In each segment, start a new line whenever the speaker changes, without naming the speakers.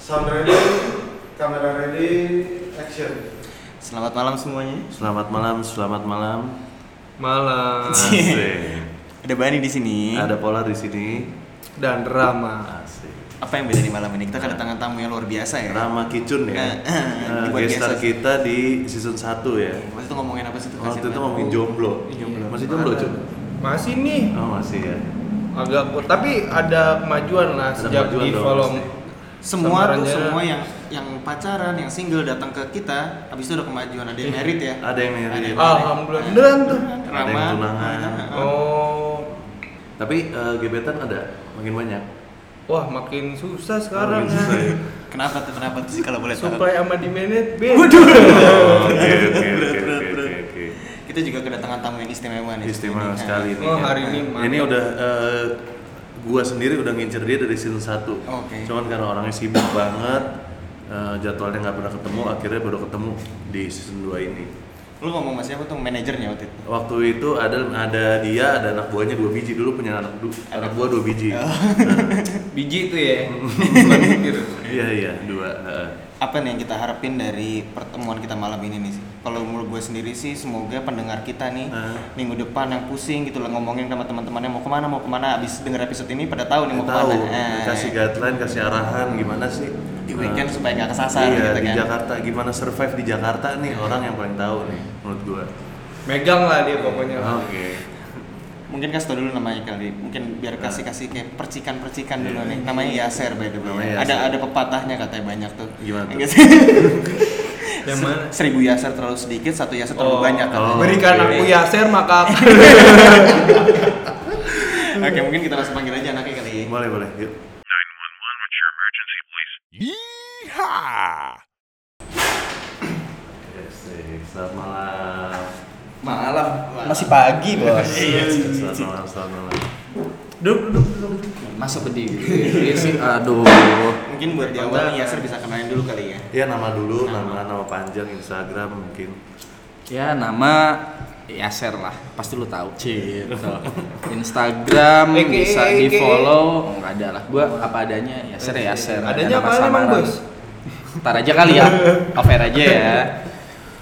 Sound ready, kamera ready, action.
Selamat malam semuanya.
Selamat malam, selamat malam.
Malam
Asik.
Ada Bani di sini.
Ada pola di sini.
dan Rama.
Asik.
Apa yang beda di malam ini? Kita kedatangan tamu yang luar biasa ya.
Rama Kicun
Nah,
ya.
di
Nah,
podcast
Gestar
saya.
kita di season 1 ya.
Waktu itu ngomongin apa sih tuh?
Waktu
Kasih
itu
tahu.
ngomongin jomblo.
Jomblo.
Masih jomblo, Cun?
Masih nih
Oh, Iya, masih ya.
agak kur- tapi ada kemajuan lah
Ada
sejak
kemajuan
di
dong,
follow
pasti.
Semua tuh
Sambarannya-
semua yang yang pacaran, yang single datang ke kita, habis itu ada kemajuan, ada yang merit ya.
Ada yang merit.
Alhamdulillah. Beneran tuh.
Rama.
Ada yang tunangan.
Oh.
Tapi eh, gebetan ada makin banyak.
Wah, makin susah sekarang.
Makin susah ya.
Kenapa tuh? Kenapa tuh sih kalau boleh tahu?
Supply sama demand beda. Waduh.
Oh, Oke, oke, oke, oke, oke, oke.
Kita juga kedatangan tamu yang istimewa nih. Ini, kan.
Istimewa sekali nih.
Oh,
ya.
hari ini
Ini udah eh, gua sendiri udah ngincer dia dari season 1
Oke.
Cuman karena orangnya sibuk banget, eh, jadwalnya nggak pernah ketemu, akhirnya baru ketemu di season 2 ini.
Lu ngomong sama siapa tuh manajernya waktu itu?
Waktu itu ada ada dia, ada anak buahnya dua biji dulu punya anak du- anak buah dua biji.
Oh,
Biji itu ya. Bukan bibir.
Iya iya dua. heeh.
apa nih yang kita harapin dari pertemuan kita malam ini nih sih? Kalau menurut gue sendiri sih semoga pendengar kita nih
Nah.
minggu depan yang pusing gitu lah ngomongin sama teman-temannya mau kemana mau kemana abis denger episode ini pada tahu nih mau
tahu,
kemana. Eh,
kasih guideline, kasih arahan gimana sih
di
eh,
weekend supaya nggak kesasar
iya,
gitu
di
kan.
Jakarta gimana survive di Jakarta nih orang yang paling tahu nih menurut gua.
Megang lah dia pokoknya.
Iya.
Oke.
Mungkin kasih tau dulu namanya kali, ya. mungkin
Nah.
biar kasih kasih kayak percikan-percikan dulu nih. Namanya Yaser by the way.
Iya. Namanya
Ada
Yaser.
ada pepatahnya katanya banyak tuh.
Gimana tuh?
Enggak sih?
Yang mana?
Seribu Yaser terlalu sedikit, satu Yaser
Oh.
terlalu banyak katanya.
Oh,
Berikan
oke.
aku yaser maka aku
Oke, mungkin kita langsung panggil aja anaknya kali. ya.
Boleh, boleh. Yuk. Yes, yes. Selamat malam.
Malam. Iya. Masih pagi, Bos.
Iya,
Selamat malam, selamat malam.
Masuk
Iya sih.
Aduh.
Mungkin buat di awal nih Yasser bisa kenalin dulu kali ya.
Ya nama dulu, nama nama panjang Instagram mungkin.
Ya nama Yaser lah, pasti lu tahu. Gitu. Instagram
Eke,
bisa
eke.
di follow, nggak ada lah. Gua apa adanya Yaser ya Yaser. Ada
Adanya
nama
apa emang,
samaran.
Bos?
Ntar aja kali ya, off air aja ya.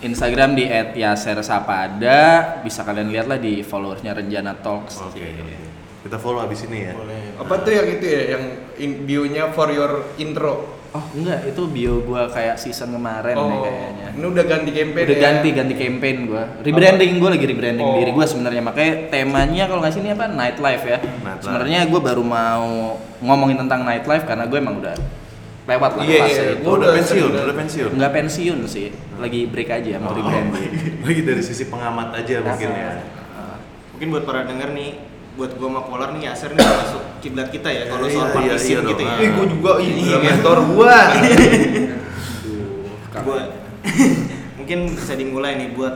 Instagram di @yasersapada bisa kalian lihat lah di followersnya Renjana Talks.
Oke.
iya.
Kita follow abis ini ya.
Apa tuh yang itu ya yang in- bio-nya for your intro?
Oh enggak, itu bio gua kayak season kemarin nih
Oh,
kayaknya.
ini udah ganti campaign
Udah
ya?
ganti kan? ganti campaign gua. Rebranding gua lagi rebranding
Oh.
diri gua sebenarnya. Makanya temanya kalau nggak sini apa nightlife ya.
Nightlife.
Sebenarnya gua baru mau ngomongin tentang nightlife karena gue emang udah lewat lah
Iya,
fase
iya,
itu.
Oh, udah
Udah,
pensiun,
udah.
udah pensiun.
Nggak pensiun sih, lagi break aja mau Iya.
Oh,
rebranding. Nah,
lagi dari sisi pengamat aja mungkin ya.
Mungkin buat para denger nih, buat gua sama Polar nih Yasser nih masuk kiblat kita ya kalau soal
Iya, iya,
partisin
iya dong.
gitu ya.
Ih, gua juga
Iya,
iya,
kan?
mentor gua.
Gua mungkin bisa dimulai nih buat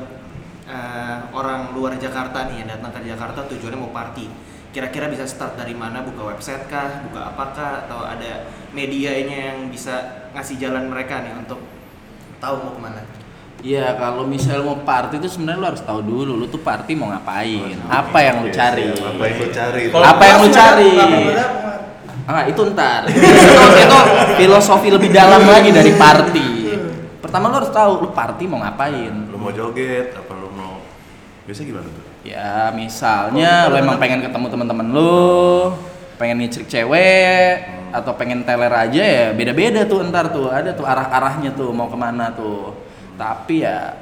eh, orang luar Jakarta nih yang datang ke Jakarta tujuannya mau party. Kira-kira bisa start dari mana? Buka website kah? Buka apakah? Atau ada medianya yang bisa ngasih jalan mereka nih untuk tahu mau kemana?
Iya, kalau misal mau party itu sebenarnya lu harus tahu dulu lu tuh party mau ngapain,
Oh,
Iya, apa yang lu
Yes,
cari.
ya, Apa yang lu cari?
Kalau- Apa yang lu
Mas,
cari?
apa benar?
Ah, itu ntar. itu, itu filosofi lebih dalam lagi dari party. Pertama lu harus tahu lu party mau ngapain.
lu mau joget apa lu mau biasanya gimana tuh
Ya, misalnya lu emang pengen ketemu teman-teman lu, pengen ngicrik cewek atau pengen teler aja ya beda-beda tuh ntar tuh ada tuh arah-arahnya tuh mau kemana tuh tapi ya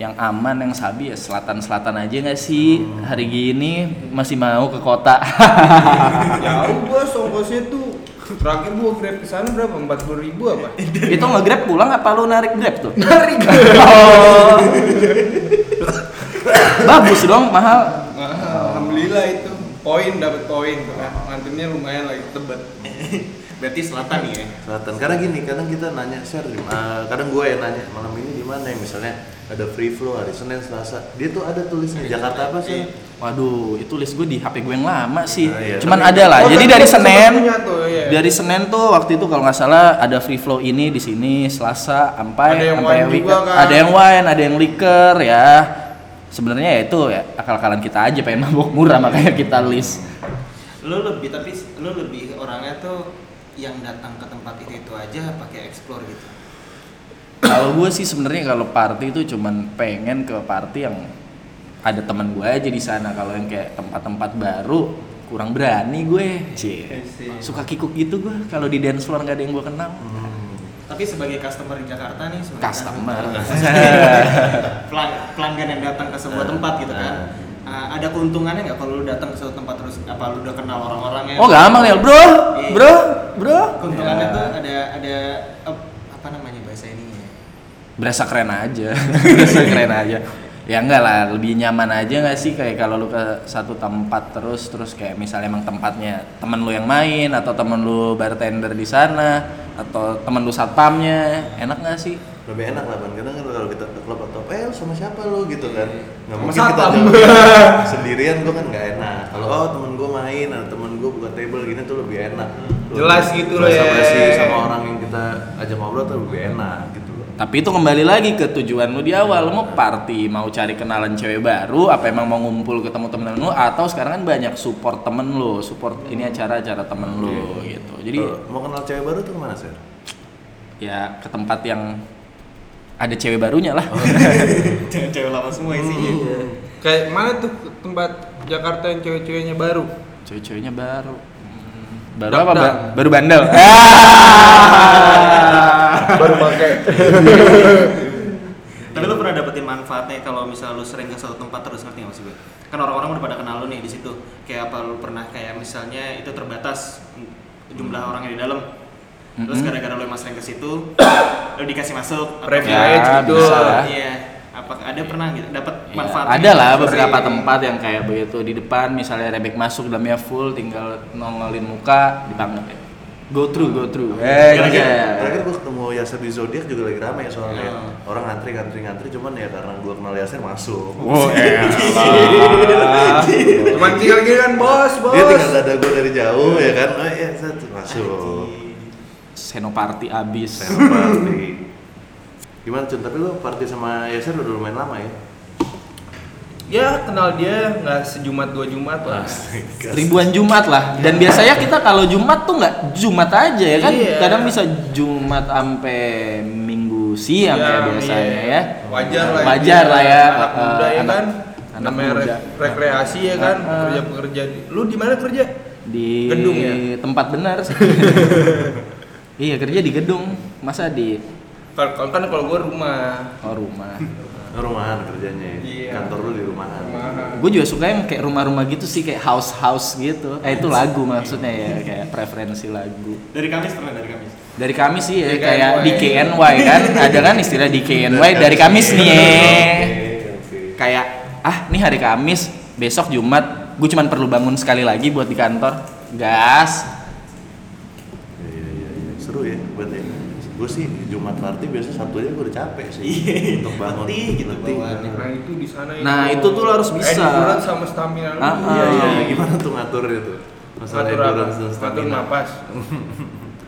yang aman yang sabi ya selatan-selatan aja nggak sih hari gini masih mau ke kota
Jauh Ya gua songkosnya tuh. Terakhir gua grab ke sana berapa? 40 ribu apa?
itu nge-grab pulang apa lu narik grab tuh
Dari
Oh. Bagus dong, mahal.
Alhamdulillah itu poin dapat poin tuh kan. Ngantinnya lumayan lagi tebet.
Berarti selatan nih ya.
selatan karena gini kadang kita nanya share di- eh, kadang gue yang nanya malam ini di mana ya misalnya ada free flow hari senin selasa dia tuh ada tulisnya
Iya.
Jakarta apa sih
Waduh, itu list gue di HP gue yang lama sih.
Nah, iya.
Cuman
Tapi-
ada lah.
Oh,
Jadi
tapi
dari
sempat
Senin,
punya tuh, iya.
dari Senin tuh waktu itu kalau nggak salah ada free flow ini di sini, Selasa,
Ada
sampai
yang
sampai
wine
weekend.
juga kan.
Ada yang wine, ada yang liquor ya. Sebenarnya ya itu ya akal-akalan kita aja pengen mabuk murah makanya kita list.
lo lebih tapi lo lebih orangnya tuh yang datang ke tempat itu itu aja pakai explore gitu
kalau gue sih sebenarnya kalau party itu cuman pengen ke party yang ada teman gue aja di sana kalau yang kayak tempat-tempat baru kurang berani
Iya
gue Cie. suka kikuk gitu gue kalau di dance floor nggak ada yang gue kenal
Hmm.
tapi sebagai customer di Jakarta nih sebagai
customer
pelang- pelanggan yang datang ke
Nah,
sebuah tempat gitu kan Uh, ada keuntungannya nggak kalau lu datang ke suatu tempat terus apa lu udah kenal orang-orangnya Iya.
oh gampang ya bro
Iya.
bro bro
keuntungannya
Ya.
tuh ada ada eh, apa namanya bahasa ini
berasa keren aja berasa keren aja ya enggak lah lebih nyaman aja nggak sih kayak kalau lu ke satu tempat terus terus kayak misalnya emang tempatnya temen lu yang main atau temen lu bartender di sana atau temen lu satpamnya enak nggak sih
lebih enak lah kan kadang kan kalau kita ke klub atau eh lu sama siapa lu gitu kan
Iya.
nggak
Sama
mungkin kita
satpam.
jalan sendirian gua kan nggak enak kalau oh temen gua main atau temen gua buka table gini tuh lebih enak Lu
Jelas gitu loh, ya.
basa-basi sama orang yang kita ajak ngobrol tuh lebih enak gitu loh
tapi itu kembali lagi ke tujuan lu di awal lu mau party mau cari kenalan cewek baru apa emang mau ngumpul ketemu temen lu atau sekarang kan banyak support temen lu support ini acara-acara temen lu gitu jadi
Kalau mau kenal cewek baru tuh kemana sih
ya ke tempat yang ada cewek barunya lah
cewek cewek lama semua isinya
Iya.
Kayak mana tuh tempat Jakarta yang cewek-ceweknya baru?
cewek-ceweknya baru Hmm, baru
Dak-
apa Iya.
dak.
Ba- baru bandel
baru pakai.
tapi lu pernah dapetin manfaatnya kalau misal lu sering ke suatu tempat terus ngerti nggak maksud gue kan orang-orang udah pada kenal lu nih di situ kayak apa lu pernah kayak misalnya itu terbatas jumlah orang yang di dalam terus
Mm-mm.
gara-gara lu emang sering ke situ lu dikasih masuk apa-
Privilege
Ya,
gitu.
bisa lah.
iya apakah ada pernah gitu dapat
Ya,
manfaat
ada lah beberapa
Sering.
tempat yang kayak begitu di depan misalnya rebek masuk dalamnya full tinggal nongolin muka dipanggil go through go through eh
terakhir, terakhir
iya.
gua ketemu Yasir di Zodiac juga lagi ramai soalnya
Ya.
orang antri antri antri cuman ya karena gua kenal Yasir masuk
Wow,
Ah, Cuman tinggal gini kan bos, bos.
dia tinggal dada gua dari jauh ya kan oh iya set, masuk
senoparti abis
Saya party. Gimana Cun? Tapi lu party sama Yasir udah lumayan lama ya?
Ya kenal dia nggak sejumat dua jumat lah.
ribuan Jumat lah dan biasanya kita kalau Jumat tuh nggak Jumat aja ya kan
Iya.
kadang bisa Jumat sampai Minggu siang ya, biasanya
iya.
ya
Wajar lah.
wajar
ya.
lah ya
Anak
eh,
muda ya
anak-
kan.
anak
Namanya
muda.
re- rekreasi ya kan.
Ah, ah.
Kerja pekerja. Lu di mana kerja?
di
Gedung ya?
tempat benar sih. iya kerja di gedung masa di
Kalau kalau- kan kalau gua rumah.
oh, rumah
Lu Nah, rumahan kerjanya ya?
Iya.
Kantor lu di rumahan.
gue juga suka yang kayak rumah-rumah gitu sih kayak house house gitu eh itu lagu maksudnya ya kayak preferensi lagu
dari Kamis pernah dari Kamis
Dari kami sih ya,
DKNY.
kayak DKNY kan, ada kan istilah DKNY dari Kamis nih. ya.
Oke, oke.
Kayak ah nih hari Kamis, besok Jumat, gue cuman perlu bangun sekali lagi buat di kantor. Gas.
Iya, iya, iya, iya. Seru ya buat ya. Gue sih Jumat party biasa Sabtu aja gue udah capek sih untuk bangun.
Letih gitu bawaannya.
Nah itu di sana
Nah, itu tuh lo harus bisa.
Endurance sama stamina lu.
Ah, ah.
Iya iya iya. gimana tuh ngatur itu? Masalah
Ngatur apa?
endurance dan
Ngatur
stamina.
napas.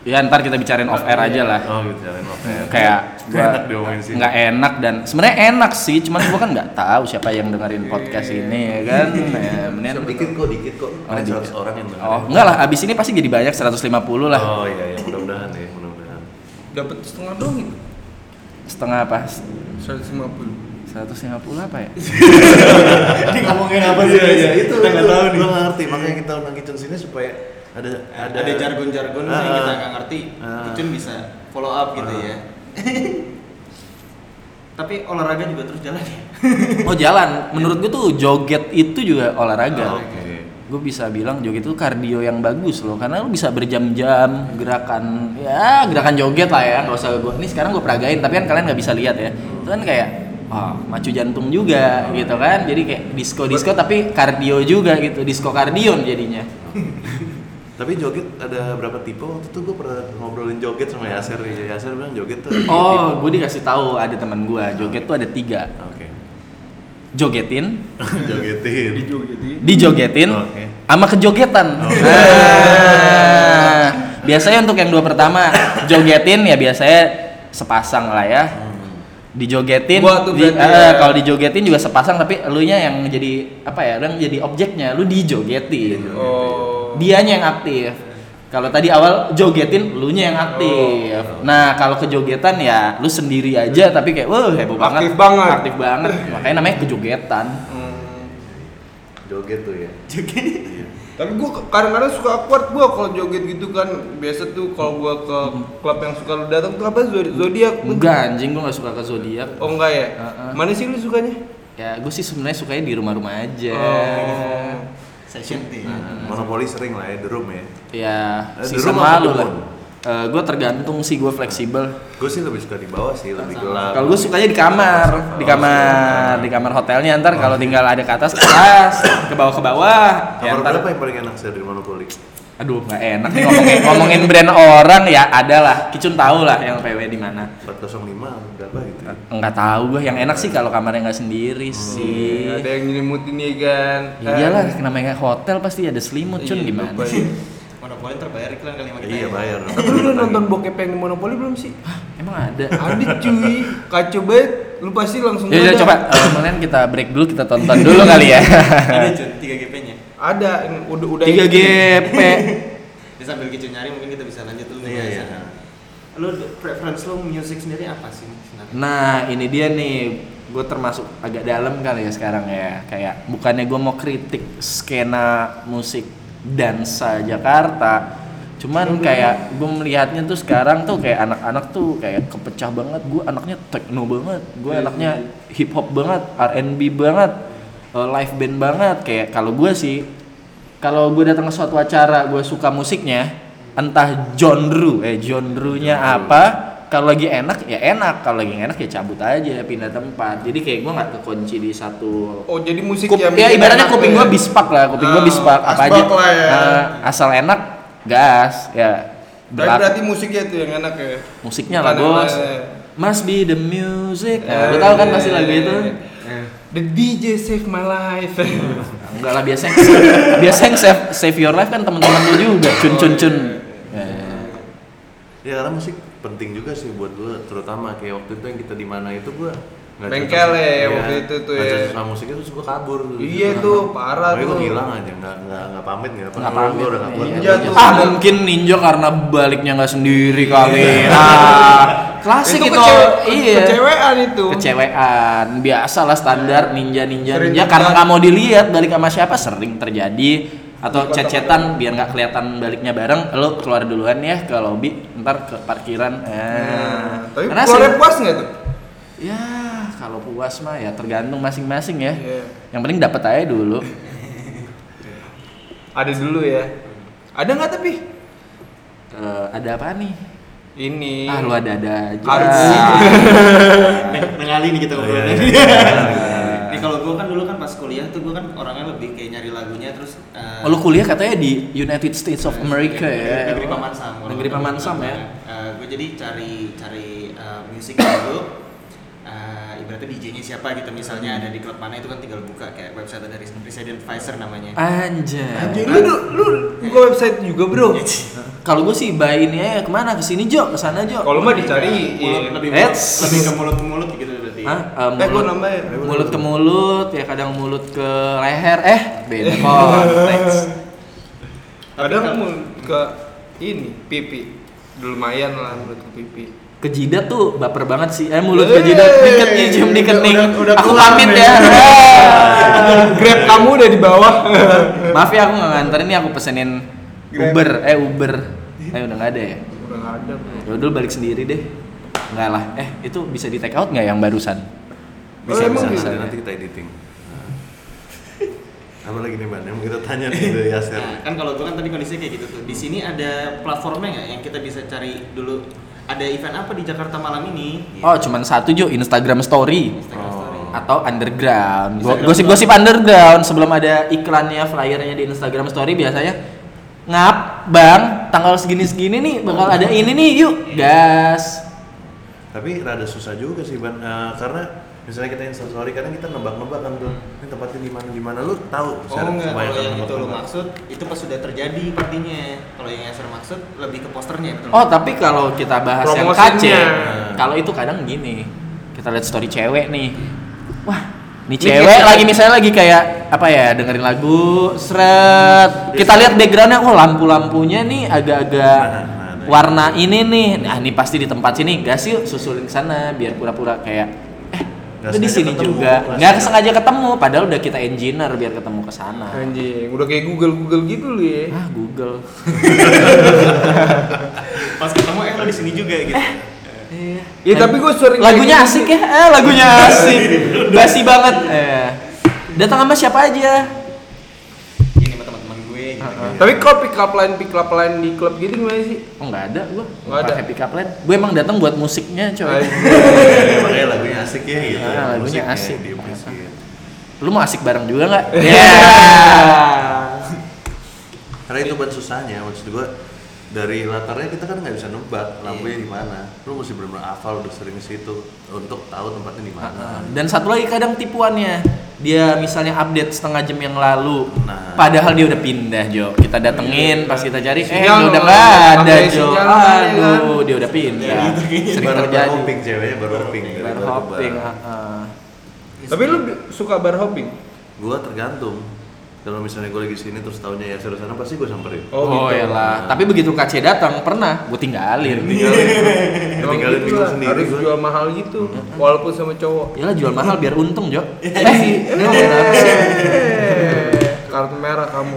Ya ntar kita bicarain off air aja lah.
Oh gitu, jalan off air.
Kayak
Nggak enak diomongin sih.
nggak enak dan sebenarnya enak sih, cuman gue kan nggak tahu siapa yang dengerin podcast ini ya kan. Ya, mendingan-
Siapa dikit kok, dikit kok. Ada
Oh, dikit.
100 orang yang dengerin.
Oh, enggak lah, abis ini pasti jadi banyak 150 lah.
Oh iya iya, mudah-mudahan ya, mudah-mudahan.
Dapat setengah dong itu.
Setengah apa?
150.
150 apa ya?
ini ngomongin apa sih
Iya iya itu.
kita nggak
itu.
tahu nih
Gua nggak ngerti makanya kita undang Kicun sini supaya ada
ada ada jargon-jargon
Ah,
yang kita nggak ngerti
ah.
Kicun bisa follow up gitu
Ah.
ya tapi olahraga juga terus jalan ya
Oh jalan, menurut gue tuh joget itu juga olahraga.
Oke.
Gue bisa bilang joget itu kardio yang bagus loh, karena lu bisa berjam-jam gerakan, ya gerakan joget lah ya. Gak usah gue, ini sekarang gue peragain, tapi kan kalian nggak bisa lihat ya. Itu kan kayak ah, macu jantung juga gitu kan, jadi kayak disco-disco tapi kardio juga gitu, disco kardion jadinya.
Tapi joget ada berapa tipe? Waktu itu gue pernah ngobrolin joget sama Yasir. Yasir bilang joget tuh ada tiga tipe.
Oh, gue dikasih tahu ada teman gue, joget tuh ada tiga,
Oke.
jogetin,
Jogetin.
jadi
dijogetin
Oke.
sama kejogetan.
Oh.
Oke.
Nah, biasanya untuk yang dua pertama jogetin ya biasanya sepasang lah ya.
Hmm,
Dijogetin,
Gua tuh
di-
berarti
eh,
ya.
kalau dijogetin juga sepasang tapi elunya yang jadi apa ya, lu yang jadi objeknya, lu dijogetin.
Oh.
Dianya yang aktif. Kalau tadi awal jogetin lu nya yang aktif.
Oh.
Nah, kalau kejogetan ya lu sendiri aja tapi kayak wah heboh banget.
Aktif banget.
Aktif banget. Makanya namanya kejogetan.
hmm.
Joget tuh ya.
Tapi gue kadang-kadang suka awkward gue kalau joget gitu kan biasa tuh kalau gue ke klub yang suka lu datang tuh apa Zod- zodiak lu?
Hmm. Enggak anjing gua nggak suka ke zodiak.
Oh enggak ya?
Heeh.
Mana sih lu sukanya?
Ya gue sih sebenarnya sukanya di rumah-rumah aja.
Oh.
Session tea.
Monopoli sering lah ya, the room ya.
Ya
Eh, di
season
rumah apa
lalu
di
lah.
mall?
gue Eh, tergantung sih gue fleksibel.
Gue sih lebih suka di bawah sih, lebih gelap.
Kalau gue sukanya di kamar,
Oh,
di kamar, di kamar hotelnya ntar kalau tinggal ada ke atas ke atas, ke bawah ke bawah. Ya,
Kamar
ntar-
berapa yang paling enak sih dari monopoli?
Aduh nggak enak nih ngomongin, ngomongin brand orang ya ada lah. Kicun tahu lah yang PW di mana.
405 berapa gitu? ya?
Enggak tahu gue. Yang enak sih kalau kamarnya nggak sendiri
Oh, iya,
sih.
Ada yang nyelimutin ya kan? Iya,
Ya Iyalah,
eh.
namanya hotel pasti ada selimut, cun gimana? sih?
Monopoli terbayar iklan kali sama kita.
Iya
ya.
bayar.
ya. Tapi lu udah nonton bokep yang di Monopoly belum sih?
Emang ada.
Ada cuy, kacau banget. Lu pasti langsung
Ya udah
ada.
coba eh, kalian kita break dulu kita tonton dulu kali ya.
Ada Jun, 3 GP-nya.
Ada yang udah udah
3 GP.
Ya sambil kita nyari mungkin kita bisa lanjut dulu
Iya,
nih.
iya.
Lu preference lu music sendiri apa sih sebenarnya?
Nah, ini dia nih. Gue termasuk agak dalam kali ya sekarang ya. Kayak bukannya gue mau kritik skena musik dansa Jakarta. Cuman kayak gue melihatnya tuh sekarang tuh kayak anak-anak tuh kayak kepecah banget. Gue anaknya techno banget. Gue anaknya hip hop banget, R&B banget, eh, live band banget. Kayak kalau gue sih kalau gue datang ke suatu acara gue suka musiknya entah genre eh genre-nya apa kalau lagi enak ya enak kalau lagi nggak enak ya cabut aja pindah tempat jadi kayak gue nggak kekunci di satu
Oh, jadi musik
Kup-
yang
ya
bikin
ibaratnya
enak
kuping
ya?
gue bispak lah kuping gue
Ah,
bispak apa aja
asbak lah ya.
Nah, asal enak gas ya
Berarti,
Belak-
berarti musiknya tuh yang enak ya.
musiknya lah
Bukan,
bos
eh,
must be the music nah,
eh,
lo tau kan pasti
eh,
lagu itu
eh, The DJ save my life.
enggak lah biasanya biasanya yang save save your life kan teman-teman lu juga cun cun
Oh,
cun
iya,
Ya.
Ya karena musik penting juga sih buat gue, terutama kayak waktu itu yang kita di mana itu gue nggak
Bengkel
cocok-
ya,
Iya,
waktu itu tuh
nggak
ya.
cocok sama musiknya terus gue kabur.
Iya tuh, parah
Tapi gue
tuh.
hilang aja, nggak nggak nggak pamit nggak apa.
Nggak
Gue
pamit.
udah nggak kuat.
Iya,
Ninja tuh.
Ah mungkin ninja karena baliknya nggak sendiri kali. Nah, klasik itu.
Iya. kecewe-
iya.
Kecewean itu.
Kecewean. Biasalah standar ninja ninja
Sering
ninja
juga.
karena nggak mau dilihat balik sama siapa sering terjadi
Di
atau
kota-kota.
cecetan biar nggak kelihatan baliknya bareng lo keluar duluan ya ke lobby ntar ke parkiran
Nah,
eh.
tapi
Karena
keluarnya
sering-
puas nggak tuh?
ya kalau puas mah ya tergantung masing-masing ya
Iya.
yang penting dapat aja dulu
Ada dulu ya. Ada nggak tapi?
Eh, ada apa nih
Ini.
ah lu ada ada aja
Harus.
Tengah kali nih kita ngobrolnya.
Iya,
Nih kalau gue kan dulu kan pas kuliah tuh gue kan orangnya lebih kayak nyari lagunya terus eh,
Oh, lu kuliah katanya di United States of America ya.
Iya, Negeri Paman Sam.
Negeri Paman Sam ya.
gue jadi cari cari eh, musik dulu. Eh, ibaratnya DJ-nya siapa gitu misalnya ada di klub mana itu kan tinggal buka kayak website dari Resident Pfizer
Ah,
namanya.
Anjay.
Anjing, lu lu, lu buka website juga, Bro.
Kalau gue sih buy ini aja kemana? Ke sini Jo, ke sana Jo.
Kalau mah
Mulut,
dicariin.
lebih mulut,
Eits.
lebih ke mulut ke mulut gitu berarti.
Hah? Eh,
Eh, gua
mulut,
nambahin.
mulut ke mulut, ya kadang mulut ke leher. Eh, beda konteks.
Kadang
kalau-
mau ke ini pipi. Lumayan lah menurut ke pipi.
Ke jidat tuh baper banget sih. Eh, mulut ke jidat
Hey,
diket nih, cium di
udah-
kening.
udah- udah
Aku
keluar
pamit
nih.
ya.
Grab kamu udah di bawah.
Maaf ya aku nggak nganterin nih aku pesenin
Grab.
Uber. Eh, Uber. Eh, udah nggak ada ya.
Udah nggak ada. Bro.
Ya udah balik sendiri deh. Enggak lah. Eh, itu bisa di take out nggak yang barusan?
Bisa, ya? emang
Bisa, bisa,
bisa.
Oh, gitu? Nanti kita editing. Nah. Apa lagi nih man? Yang mau kita tanya nih dari Yaser.
Nah, kan kalau gue kan tadi kondisinya kayak gitu tuh. Di sini ada platformnya nggak yang kita bisa cari dulu ada event apa di Jakarta malam ini? Gitu.
Oh, cuman satu Jo, Instagram story
Instagram story.
atau underground. Go-
Instagram
Gosip-gosip underground sebelum ada iklannya, flyernya di Instagram story biasanya ngap bang tanggal segini-segini nih bakal ada ini nih yuk gas
tapi rada susah juga sih ban Eh, karena misalnya kita instastory kadang kita nebak-nebak kan tuh ini tempatnya di mana di mana lu tahu
Oh
secara
enggak,
kebanyakan
kalau yang itu lo
nebak-nebak.
maksud, itu pas sudah terjadi partinya Kalau yang Yasser maksud, lebih ke posternya betul
oh tapi kalau kita bahas yang
Promosinya.
kace kalau itu kadang gini kita lihat story cewek nih wah Nih cewek lagi misalnya lagi kayak apa ya dengerin
Iya.
lagu seret kita lihat backgroundnya oh lampu-lampunya nih agak-agak
Nah,
warna ini nih nah ini pasti di tempat sini gas yuk susulin ke sana biar pura-pura kayak eh
Nggak
lu di
sengaja
sini
ketemu,
juga
nggak
nggak
sengaja.
sengaja ketemu padahal udah kita engineer biar ketemu ke sana
Anjing, udah kayak Google Google gitu lu ya.
ah Google
Pas ketemu eh lo di sini juga gitu.
Ya tapi gue sering
lagunya
kayak gitu. Iya.
asik ya eh, lagunya asik basi banget eh. datang sama siapa aja
Ini sama teman-teman gue gitu.
gitu. Tapi kalau pick up line pick up line di klub gitu gimana sih?
oh nggak ada gua
Nggak ada.
pakai pick up line gua emang datang buat musiknya coy
Ya, makanya lagunya asik ya gitu.
Ah, lagunya
Musiknya
asik.
diappreciate.
lu mau asik bareng juga nggak?
Iya. Ah,
Karena itu kan susahnya maksud gua dari latarnya kita kan nggak bisa nebak lampunya di mana. Lu mesti benar-benar hafal udah sering ke situ untuk tahu tempatnya di mana.
Iya. Dan satu lagi kadang tipuannya dia misalnya update setengah jam yang lalu,
Nah.
padahal dia udah pindah Jo. Kita datengin pas kita cari, eh
Iya. Sinyal,
dia udah nggak ada
pakai
Jo.
sinyal makanya kan. gitu
Aduh, dia udah pindah. Sering
Baru
terjadi.
hopping ceweknya baru hopping. dari
Bar
bar ke
hopping. ah.
bar.
ah-ah.
gitu.
Tapi lu bi- suka bar hopping?
Gua tergantung. Kalau misalnya gua lagi sini terus tahunya ya seru sana pasti gua samperin.
Oh,
Oh,
gitu.
iyalah. Tapi begitu KC datang pernah gue
Iya.
tinggalin.
Tinggalin,
Emang
Ya, tinggalin
gitu
bingung
lah,
sendiri.
harus
gua.
jual mahal gitu, walaupun sama cowok.
Iyalah jual mahal biar untung Jo. Eh,
Iya.
emang kenapa sih?
Eh, Kartu merah kamu.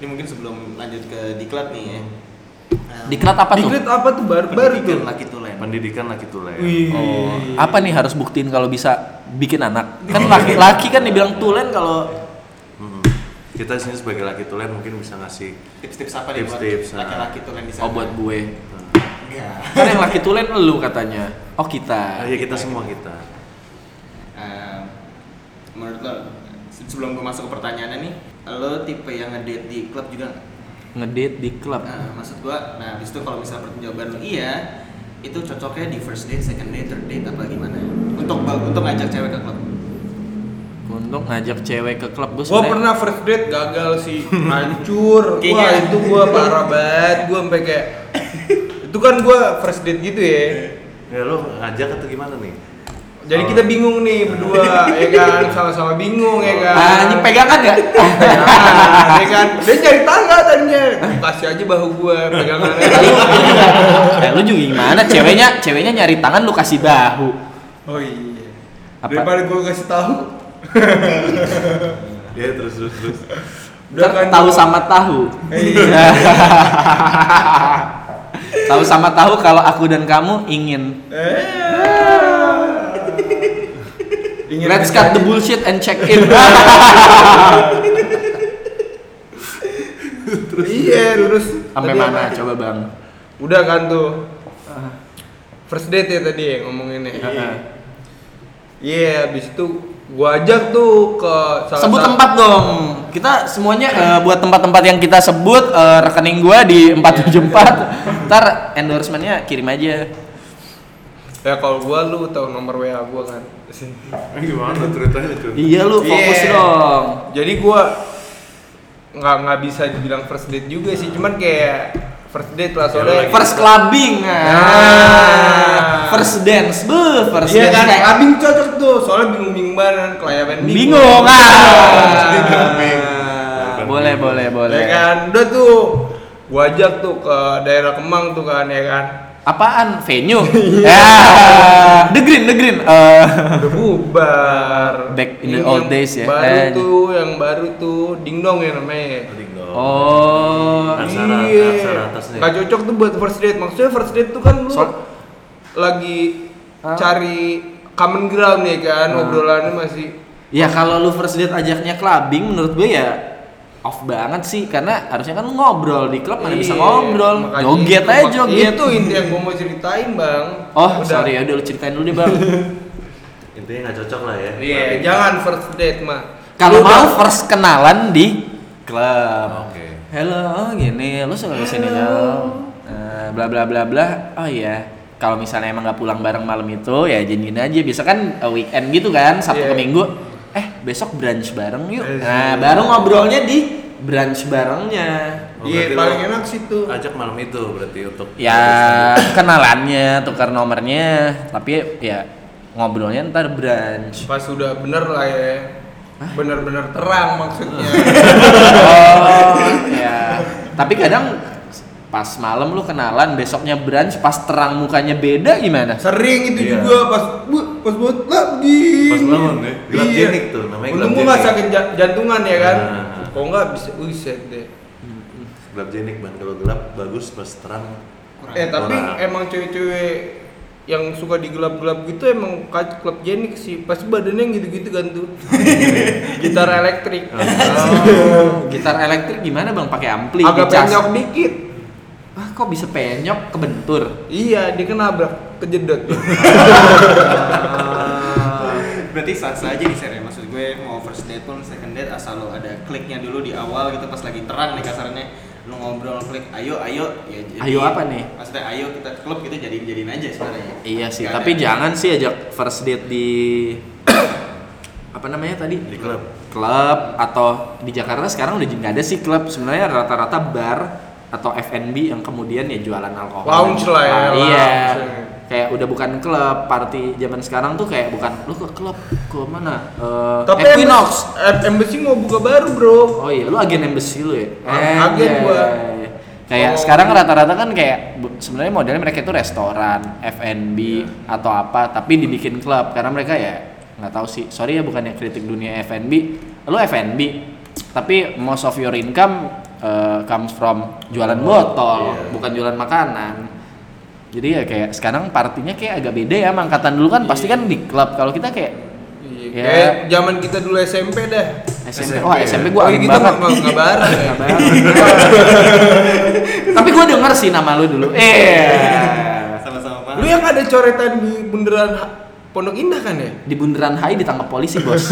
Ini mungkin sebelum lanjut ke diklat nih ya. Um, Eh,
Diklat apa tuh?
Dikrit apa tuh bar bar itu?
pendidikan laki tulen.
Pendidikan laki tulen.
Oh, apa nih harus buktiin kalau bisa bikin anak?
Iya.
Kan laki-laki kan dibilang tulen kalau
Mm-mm. Mm-hmm. Kita sini sebagai laki tulen mungkin bisa ngasih
Tips-tips apa nih buat
Tips-tips, nah.
laki-laki tulen di sana?
oh buat gue.
Enggak.
Kan yang laki tulen lu katanya. Oh kita.
Ayo kita semua kita.
Eh, menurut lo se- sebelum gue masuk ke pertanyaannya nih, lo tipe yang ngedate di klub juga nggak?
Ngedate di klub.
Nah, maksud gua, nah habis itu kalau misalnya perjawaban lo iya, itu cocoknya di first date, second date, third date apa gimana? Untuk untuk ngajak cewek ke klub.
Untuk ngajak cewek ke klub gue
Gua Oh, pernah first date gagal sih, hancur. Wah
Kayaknya.
itu gua parah banget, gua sampai kayak itu kan gua first date gitu ya.
Ya lo ngajak atau gimana nih?
Jadi kita bingung nih berdua, ya kan sama-sama bingung ya kan.
Ah, ini pegangan nggak?
Nah, ya kan dia nyari tangga tadinya kasih aja bahu gue pegangan
Eh, lu juga gimana? Ceweknya, ceweknya nyari tangan lu kasih bahu.
oh iya
Apa?
daripada gue kasih tahu
Ya terus terus terus.
udah
Ntar
kan Iya.
tahu sama tahu. tahu sama tahu kalau aku dan kamu ingin.
Eh. Ingin
Let's cut
menjadi-
the bullshit and check in.
iya terus
Sampai
Tadi
mana? Ah.
apa?
Coba bang.
udah kan tuh first date ya tadi yang ngomonginnya
Ah,
iya abis itu gue ajak tuh ke salah
sebut
satu-
tempat dong. Kita semuanya eh, buat tempat-tempat yang kita sebut eh, rekening gua
Iya.
di 474. Ntar endorsementnya kirim aja.
ya kalau gue lu tau nomor wa gue kan
Gimana ceritanya tuh?
Iya lu fokus
Iya.
dong.
jadi gua nggak nggak bisa dibilang first date juga sih cuman kayak first date lah soalnya
First clubbing. ah.
Ah.
First dance. Beuh, first
Iya
dance
kan,
kayak
labing cocok tuh, soalnya bingung-bingung banget kan, kelayaban bingung.
bingung. ah.
clubbing.
Boleh, boleh, boleh.
Ya kan, udah tuh, gua ajak tuh ke daerah Kemang tuh kan, ya kan.
Apaan? Venue. ya. The green, the green. Eh,
Udah bubar.
Back in the
Ini
old
yang
days ya.
Baru
Eh.
tuh, yang baru tuh, dingdong ya namanya.
Paling dong.
oh.
Aksara,
Iya.
aksara atasnya.
Nggak cocok tuh buat first date. Maksudnya first date tuh kan lu
So-
lagi
Hah?
cari common ground ya kan, obrolannya masih
Ya kalau lu first date ajaknya clubbing menurut gue ya off banget sih karena harusnya kan lu ngobrol di klub mana bisa
Iya,
ngobrol.
makanya
Joget
itu,
aja
mak-
joget.
Itu inti yang gua mau ceritain, Bang.
Oh,
Udah.
sorry ya udah lu ceritain dulu deh, Bang.
Intinya nggak cocok lah ya.
Iya, jangan first date mah. Lu
kalau mau
udah-
first kenalan di klub.
Oke.
Hello, oh gini, lu suka kesini dong. Eh, bla bla bla bla. Oh iya, kalau misalnya emang nggak pulang bareng malam itu ya janjiin aja. Bisa kan eh, weekend gitu kan, Sabtu
Iya.
ke Minggu. Eh besok brunch bareng yuk.
Eh,
Nah baru ngobrolnya di brunch barengnya.
Oh,
Iya,
berarti
paling
lo
enak situ.
Ajak malam itu berarti untuk
ya kenalannya tukar nomornya tapi ya ngobrolnya ntar brunch
Pas sudah bener lah ya. Bener-bener terang maksudnya.
oh ya tapi kadang pas malam lu kenalan besoknya brunch pas terang mukanya beda gimana
Sering itu
Iya.
juga pas bu, pas buat lah begini.
Pas melawan ya? Gelap
Iya.
jenik tuh, namanya gelap
Untung gua nggak
jenik.
sakit ja- jantungan ya kan.
Nah.
Kalau nggak bisa uset deh.
Gelap jenik ban kalau gelap bagus pas terang.
Kurang.
Eh tapi
Orang.
emang cewek-cewek yang suka digelap-gelap gitu emang kaj- klub jenik sih pasti badannya yang gitu-gitu gantung gitar elektrik
Oh, gitar elektrik gimana bang pakai ampli
agak
dicas?
penyok dikit
Wah, kok bisa penyok kebentur
iya dia kena abrak kejedot
Ah.
berarti sah sah aja nih Ser, ya maksud gue mau first date pun second date asal lo ada kliknya dulu di awal gitu pas lagi terang nih kasarnya lo ngobrol klik ayo ayo ya jadi-
Ayo apa nih?
maksudnya ayo kita ke klub gitu jadi jadiin aja sebenarnya
Iya sih,
Nggak
tapi
ada.
jangan sih ajak first date di apa namanya tadi?
Di klub.
Klub atau di Jakarta sekarang udah nggak ada sih klub. Sebenarnya rata-rata bar atau F&B yang kemudian ya jualan alkohol.
Lounge lah ya,
Ah, Iya.
lounge.
Kayak udah bukan klub, party zaman sekarang tuh kayak bukan lu ke klub ke mana? Eh,
Tapi
Equinox.
Embassy, Embassy mau buka baru bro.
Oh iya, lu agen embassy lu ya?
A- agen
iya,
gua.
iya, iya. Kayak
Oh.
sekarang rata-rata kan kayak bu- sebenarnya modelnya mereka itu restoran, F&B
Iya.
atau apa, tapi dibikin klub karena mereka ya nggak tahu sih. Sorry ya bukannya kritik dunia F&B. Lu F&B, tapi most of your income uh, comes from jualan botol,
Iya.
bukan jualan makanan. Jadi ya kayak sekarang partinya kayak agak beda ya, sama angkatan dulu kan pasti kan di klub. Kalau kita kayak
Iya,
Ya.
kayak zaman kita dulu SMP dah.
SMP, wah
SMP,
Oh,
SMP gua alim
kita
banget.
nggak nggak nggak bareng. ya.
Tapi gue denger sih nama lu dulu. Eh.
Iya, sama-sama paham.
ya-
Lu yang ada coretan di bundaran H- Pondok Indah kan ya?
Di Bundaran Hai ditangkap polisi, Bos.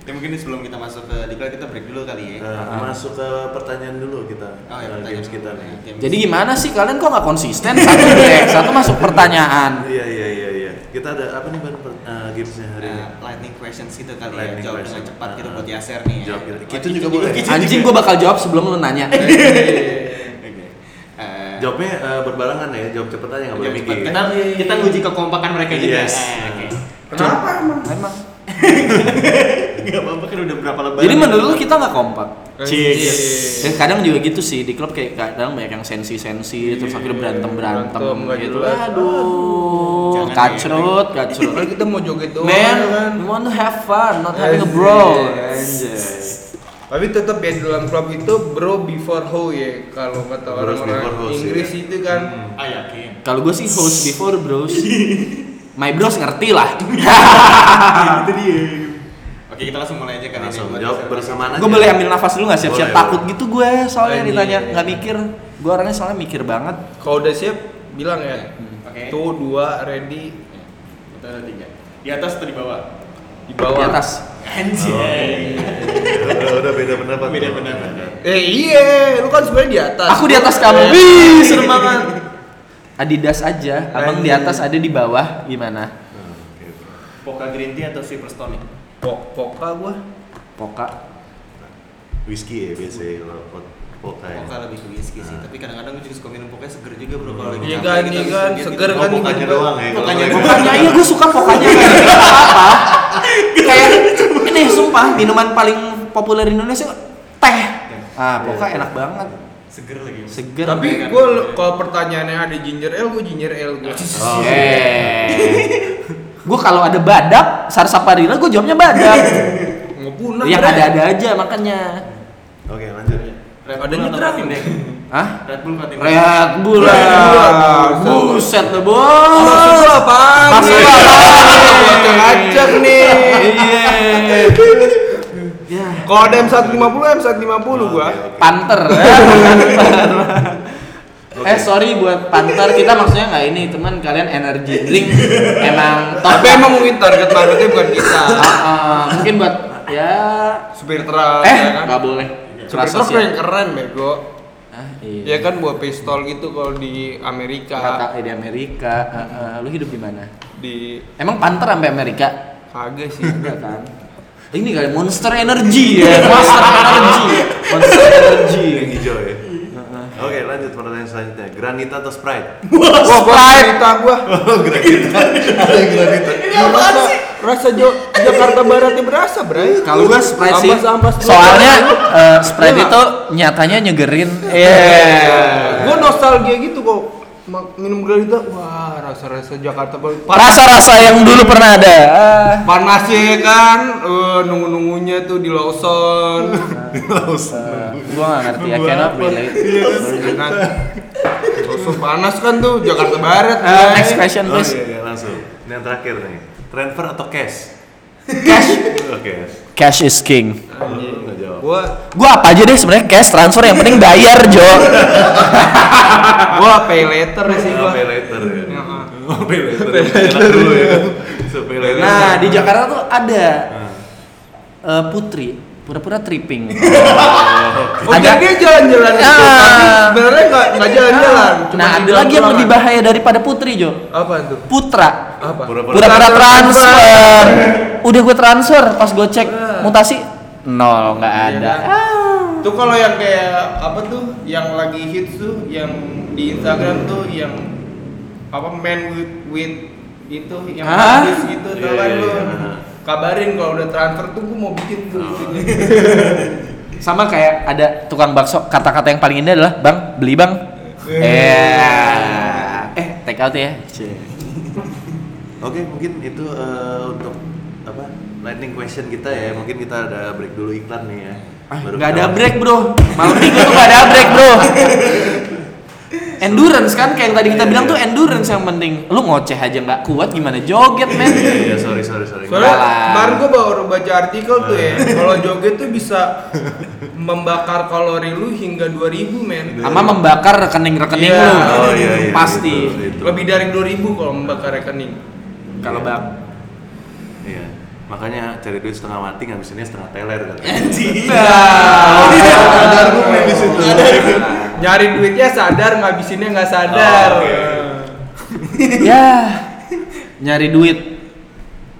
ya mungkin sebelum kita masuk ke diklat kita break dulu kali ya
Ah.
Nah, masuk ke pertanyaan dulu kita.
Iya,
oh ya
eh,
pertanyaan
games kita nih.
Games.
Jadi gimana sih kalian kok nggak konsisten? Satu break, satu masuk pertanyaan.
Iya iya iya iya. Kita ada apa nih ban per- eh, gamesnya hari ini?
Nah, lightning questions gitu kali
Lightning
ya jawab
questions.
dengan cepat gitu
Ah.
buat Yaser nih ya.
Jawab gitu.
Oh,
Kita juga boleh.
kita
Anjing
juga.
gue bakal jawab sebelum lu nanya.
Oke. Eh,
Jawabnya eh, berbarengan ya, jawab cepet aja nggak boleh
Jawab cepat.
mikir.
Kita kita uji kekompakan mereka juga.
Yes.
Eh, Oke.
Kenapa emang?
Emang.
Gak apa-apa kan udah berapa lebaran.
Jadi menurut lu kita nggak kompak.
Eh, Cheers.
Dan kadang juga gitu sih di klub kayak kadang banyak yang sensi-sensi terus akhirnya berantem berantem
Berantem, nggak
gitu.
jelas.
Aduh,
Jangan
kacrut, kacrut.
Kalau kita mau joget Gitu doang ya
Man,
kan.
you want to have fun, not having a
Anjay.
brawl.
Anjay. Tapi tetap ya di dalam klub itu bro before hoe ya kalau kata
Bros before hoe
orang-orang
sih,
Inggris
ya.
itu kan.
Ah yakin.
Kalau gue sih host before bros. My bros ngerti lah.
Itu dia. Oke kita langsung mulai aja kan.
Ah, Langsung jawab bersamaan aja. Oh,
gue boleh ambil nafas dulu nggak siap-siap
Boleh,
takut gitu gue soalnya
Anjay.
ditanya nggak mikir. Gue orangnya soalnya mikir banget.
Kalau udah siap bilang ya.
Hmm.
Oke.
Tuh dua ready
Kita ada tiga. Di atas atau di bawah?
di
Di
bawah.
atas.
Anjing.
iya, udah, udah beda pendapat.
Beda
tuh.
pendapat.
Eh iya, lu kan sebenarnya di atas.
Aku di atas kamu.
Eh.
Wih, serem banget. Adidas aja, abang di
Anjay.
atas ada di bawah gimana?
Nah, gitu.
Poka Green Tea atau Silver Tonic?
Pok poka gua.
Poka.
Whisky ya biasanya kalau pot- poka ya.
Poka lebih ke whisky sih, tapi kadang-kadang gue juga suka minum pokoknya seger juga bro kalau lagi
Iya
capek
kan,
gitu,
iya
habis
kan,
joget
seger
gitu.
Oh,
kan
pokanya doang ya. kalau
Pokanya
lagi-
doang.
Pokoknya iya gue suka pokoknya kayak apa? Kayak ini sumpah minuman paling populer di Indonesia teh. Ah, poka enak banget.
Seger lagi.
Seger.
Iya. Tapi
Kan.
gue kalau pertanyaannya ada ginger ale, gue ginger ale gue.
Oh,
Iya. gue kalau ada badak, sarsaparilla gue jawabnya badak.
Ngepunah.
Yang
bre.
ada-ada aja makanya.
Oke, lanjut.
Ada
Red Bull atau
nyetrang.
Latin Deck?
Hah?
Red Bull Latin Deck?
Red Bull
Red Bull.
lah. Buset tuh bos.
Maksud lu apaan?
Maksud lu
Nih?
apaan?
Acak-acak Iya. nih. Iya.
Iya. Ya.
Kalau ada M150, M150 gua.
Oke, oke.
Panter. ya, Panter. Eh sorry buat panter kita maksudnya nggak ini teman kalian energy drink emang top
Tapi emang mungkin target marketnya bukan kita.
Ah, ah, mungkin buat ya
Supir truk,
Eh,
ya kan?
nggak boleh.
Supir
Rasa
truk
sih. ya.
tuh yang keren bego.
Ah, iya.
Ya kan buah pistol gitu kalau di
Kata
Amerika.
eh, di Amerika. ah, ah. lu hidup di mana?
Di
Emang panter sampai Amerika?
kagak sih.
Enggak kan? Ini kali Monster Energy ya. Monster Energy. Monster Energy.
Yang hijau ya. Oke, lanjut pertanyaan selanjutnya. Granita atau Sprite?
Wah,
Oh,
gua cerita gua.
Granita. Ada Granita.
Rasa, rasa Jo- Jakarta Barat yang berasa, Bray.
Kalau gua Sprite sih.
Ambas-ambas dulu.
Soalnya eh, Sprite
Iya.
itu nyatanya nyegerin. Iya.
Gua nostalgia gitu kok Ma- minum Granita. Wah, rasa-rasa Jakarta Barat.
Rasa-rasa yang dulu pernah ada. Ah.
panasnya kan eh, nunggu-nunggunya tuh di Lawson.
Eh, Gua gak ngerti, I cannot relate.
Enak. Iya kan? Lawson panas kan tuh Jakarta Barat.
Eh,
Bray.
next question
Oh
please.
iya, iya, langsung. Ini yang terakhir nih. Transfer atau cash? Cash. Oh, cash.
Cash is king.
Lu nggak jawab.
Gua
Gua apa aja deh sebenarnya cash transfer yang penting bayar Jo.
gua pay later sih
Oh,
gua.
pay later ya.
Iya.
Oh, pay later. Enak dulu ya. So, pay later.
Nah di Jakarta tuh ada eh, Putri pura-pura tripping.
Oh,
Agak-
jadi dia jalan-jalan itu,
Ah.
tapi sebenarnya nggak nggak jalan-jalan. cuma
nah ada lagi yang lebih bahaya daripada Putri Jo.
Apa tuh?
Putra.
Apa?
Pura-pura.
Pura-pura
Transfer.
transfer. Udah gue transfer pas gue cek mutasi nol nggak
Iya,
ada.
Iya, kan? Tuh kalau yang kayak apa tuh yang lagi hits tuh yang di Instagram tuh yang apa man with with itu yang
Hah?
habis gitu
Iya,
tau kan
iya,
lu.
iya. Oh,
Kabarin kalau udah transfer tuh gua mau bikin tuh.
iya.
Sama kayak ada tukang bakso kata-kata yang paling indah adalah bang beli bang.
Iya.
Eh, eh take out ya.
Oke, mungkin itu eh, untuk apa? Lightning question kita ya. Mungkin kita ada break dulu iklan nih ya.
Ah,
Baru
nggak
kita-
ada break bro. Malam minggu tuh nggak ada break bro. Endurance kan kayak yang tadi
Iya,
kita bilang tuh endurance yang penting. Lu ngoceh aja nggak kuat gimana joget men?
Iya, iya, sorry, sorry, sorry.
Soalnya
Jalan.
kemarin gua baru baca artikel tuh ya,
Iya.
kalau joget tuh bisa membakar kalori lu hingga 2000 men.
Sama membakar rekening-rekening
Iya.
lu.
Oh, iya, iya,
Pasti.
betul, betul.
Lebih dari 2000 kalau membakar rekening.
Kalau bak
Iya. Makanya cari duit setengah mati ngabisinnya setengah teler kan.
Nah.
argumen di situ.
Nyari duitnya sadar, ngabisinnya nggak sadar.
Oh, oke.
ya nyari duit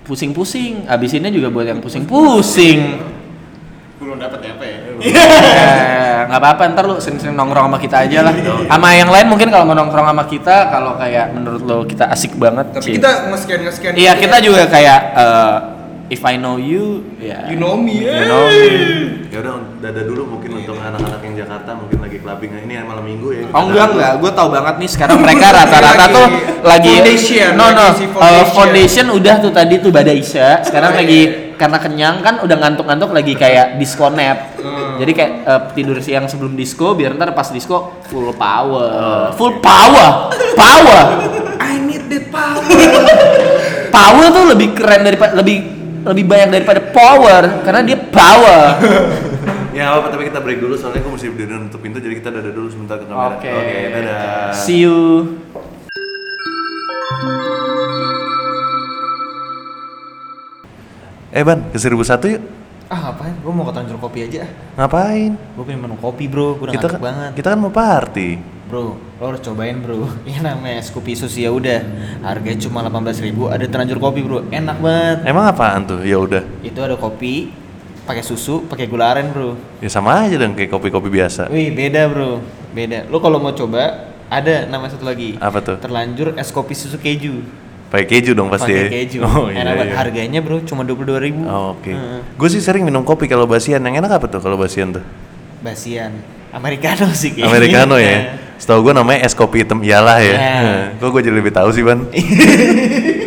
pusing-pusing abisinnya juga buat yang pusing-pusing
Belum dapat apa ya?
Iya.
Ya, nggak apa-apa ntar lu sering-sering nongkrong sama kita aja lah sama yang lain mungkin kalau mau nongkrong sama kita kalau kayak menurut lo kita asik banget
Tapi
Cie.
kita nge-scan nge-scan. ya.
iya kita juga kayak eh, if I know you ya
You know me.
you know me.
Ya udah dadah dulu mungkin untuk anak-anak yang Jakarta mungkin lagi clubbing ini yang malam Minggu ya.
Oh enggak enggak, gue tau banget nih sekarang mereka rata-rata
Lagi
tuh lagi
foundation,
no no
lagi si
eh,
foundation.
foundation udah tuh tadi tuh pada Isya, sekarang
Oh, iya,
lagi
iya.
karena kenyang kan udah ngantuk-ngantuk lagi kayak disconnect,
Hmm.
jadi kayak eh, tidur siang sebelum disco biar ntar pas disco
Oh.
full power, full power, power,
I need that power.
power tuh lebih keren daripada lebih lebih banyak daripada power karena dia power.
Ya nggak apa tapi kita break dulu soalnya gue mesti berdiri nutup pintu jadi kita dadah dulu sebentar ke kamera.
Oke.
dadah.
See you.
Eh Ban, ke 1001 yuk.
Ah ngapain? Gue mau ke Tanjung Kopi aja.
Ngapain?
Gue pengen minum kopi bro, gue udah
kita
ngantuk
kan,
banget.
Kita kan mau party.
Bro, lo harus cobain bro. Ini namanya es kopi susu ya udah. Harganya cuma 18.000 ada Tanjur Kopi bro, enak banget.
Emang apaan tuh? Ya udah.
Itu ada kopi, pakai susu, pakai gula aren bro.
Ya sama aja dong kayak kopi-kopi biasa.
Wih beda bro, beda. Lo kalau mau coba ada nama satu lagi.
Apa tuh?
Terlanjur es kopi susu keju.
Pakai keju dong pasti.
Pakai
ya.
keju.
Oh iya.
enak banget.
iya.
Harganya bro cuma 22.000 ribu.
Oh, Oke. Gue sih sering minum kopi kalau basian. Yang enak apa tuh kalau basian tuh?
Basian, americano sih kayaknya.
Americano
Iya.
ya. Setahu gue namanya es kopi hitam iyalah ya.
Ya.
Kok gue jadi lebih tahu sih ban.
Iya.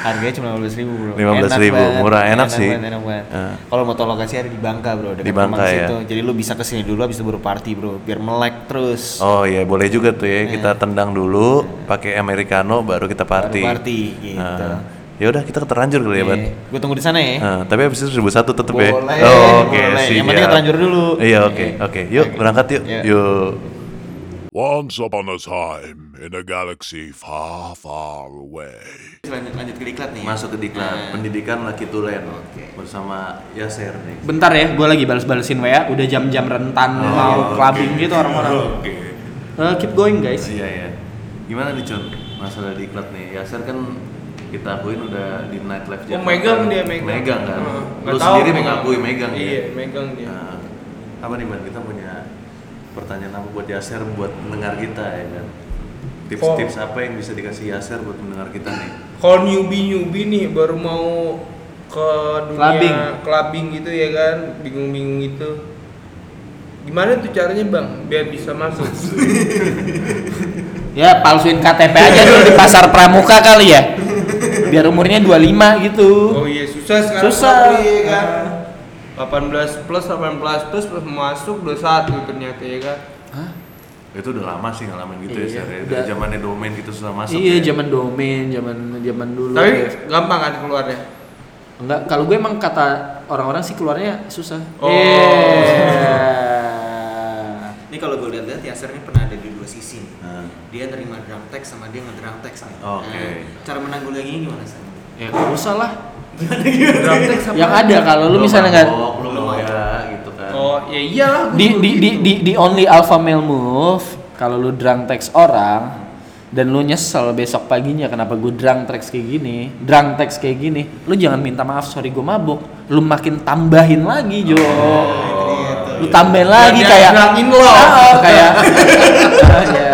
Harganya cuma 15.000 ribu bro.
15.000,
banget,
murah, enak sih.
Banget, enak banget.
Eh.
Kalau mau tau lokasi ada di Bangka bro. dekat
Di Bangka,
Kemang
ya.
situ. Jadi lu bisa kesini dulu abis itu baru party bro. Biar melek terus.
Oh iya boleh juga tuh ya. Kita tendang dulu, pakai americano baru kita
Iya.
party.
Baru party gitu.
Nah, ya udah kita keterlanjur kali ya ban.
Gue tunggu di sana ya.
Nah, tapi habis itu 1001 tetep ya.
Boleh,
Oh, Oke,
boleh.
siap.
Yang penting keterlanjur dulu. Iya.
Iya, oke. Oke, yuk berangkat yuk.
Yuk.
Yuk.
Once upon a time, in a galaxy far, far away.
Lanjut lanjut ke diklat nih.
Masuk ke
Iya.
diklat pendidikan laki tulen bersama Yaser nih.
Bentar ya, gue lagi balas-balesin WA, udah jam-jam rentan mau clubbing gitu orang-orang.
Oh, iya, Oke.
Eh, keep going guys.
Iya ya. Gimana nih Cun? Masalah diklat nih. Yaser kan kita akuin udah di
Oh,
nightlife Jakarta.
megang dia megang.
Megang kan.
Heeh.
Lu
Nggak tahu Iya.
sendiri ya?
megang. ya?
mengakui megang
Iya,
ya.
megang dia.
Nah, apa nih man kita punya pertanyaan apa buat Yaser buat pendengar kita ya kan? Tips-tips apa yang bisa dikasih Yaser buat pendengar kita nih?
kalau newbie newbie nih baru mau ke dunia
Clubbing.
clubbing gitu ya kan bingung-bingung gitu gimana tuh caranya bang biar bisa masuk
Ya palsuin KTP aja dulu di pasar pramuka kali ya. Biar umurnya 25 gitu.
oh iya susah sekarang
Susah. Ah.
tapi, ya kan 18 plus 18 plus plus masuk 21 ternyata ya kan
Itu udah lama sih ngalamin gitu
Iya,
ya Ser ya.
udah.
Dari zamannya domain gitu susah masuk.
iya,
ya.
zaman domain, zaman zaman dulu.
tapi
ya.
gampang kan keluarnya
enggak kalau gue emang kata orang-orang sih keluarnya susah.
Oh.
Iya.
Ini kalau gue lihat-lihat Yaser ini pernah ada di dua sisi nih.
Nah,
Dia nerima drum text sama dia ngedrum text nih.
Oke.
Nah, cara menanggulanginya gimana sih?
Ya nggak usah lah.
Drum tech sama-
Yang ada kalau lu misalnya nggak
mabok, lu noya gitu kan.
kan? oh ya iyalah gua
di
dulu
di, di
gitu.
di di only alpha male move kalau lu drunk text orang dan lu nyesel besok paginya kenapa gue drunk text kayak gini drunk text kayak gini lu jangan minta maaf sorry gue mabok lu makin tambahin lagi Jo lu tambahin lagi
Biar dia
kayak
bilangin lo.
Ah, kayak Iya.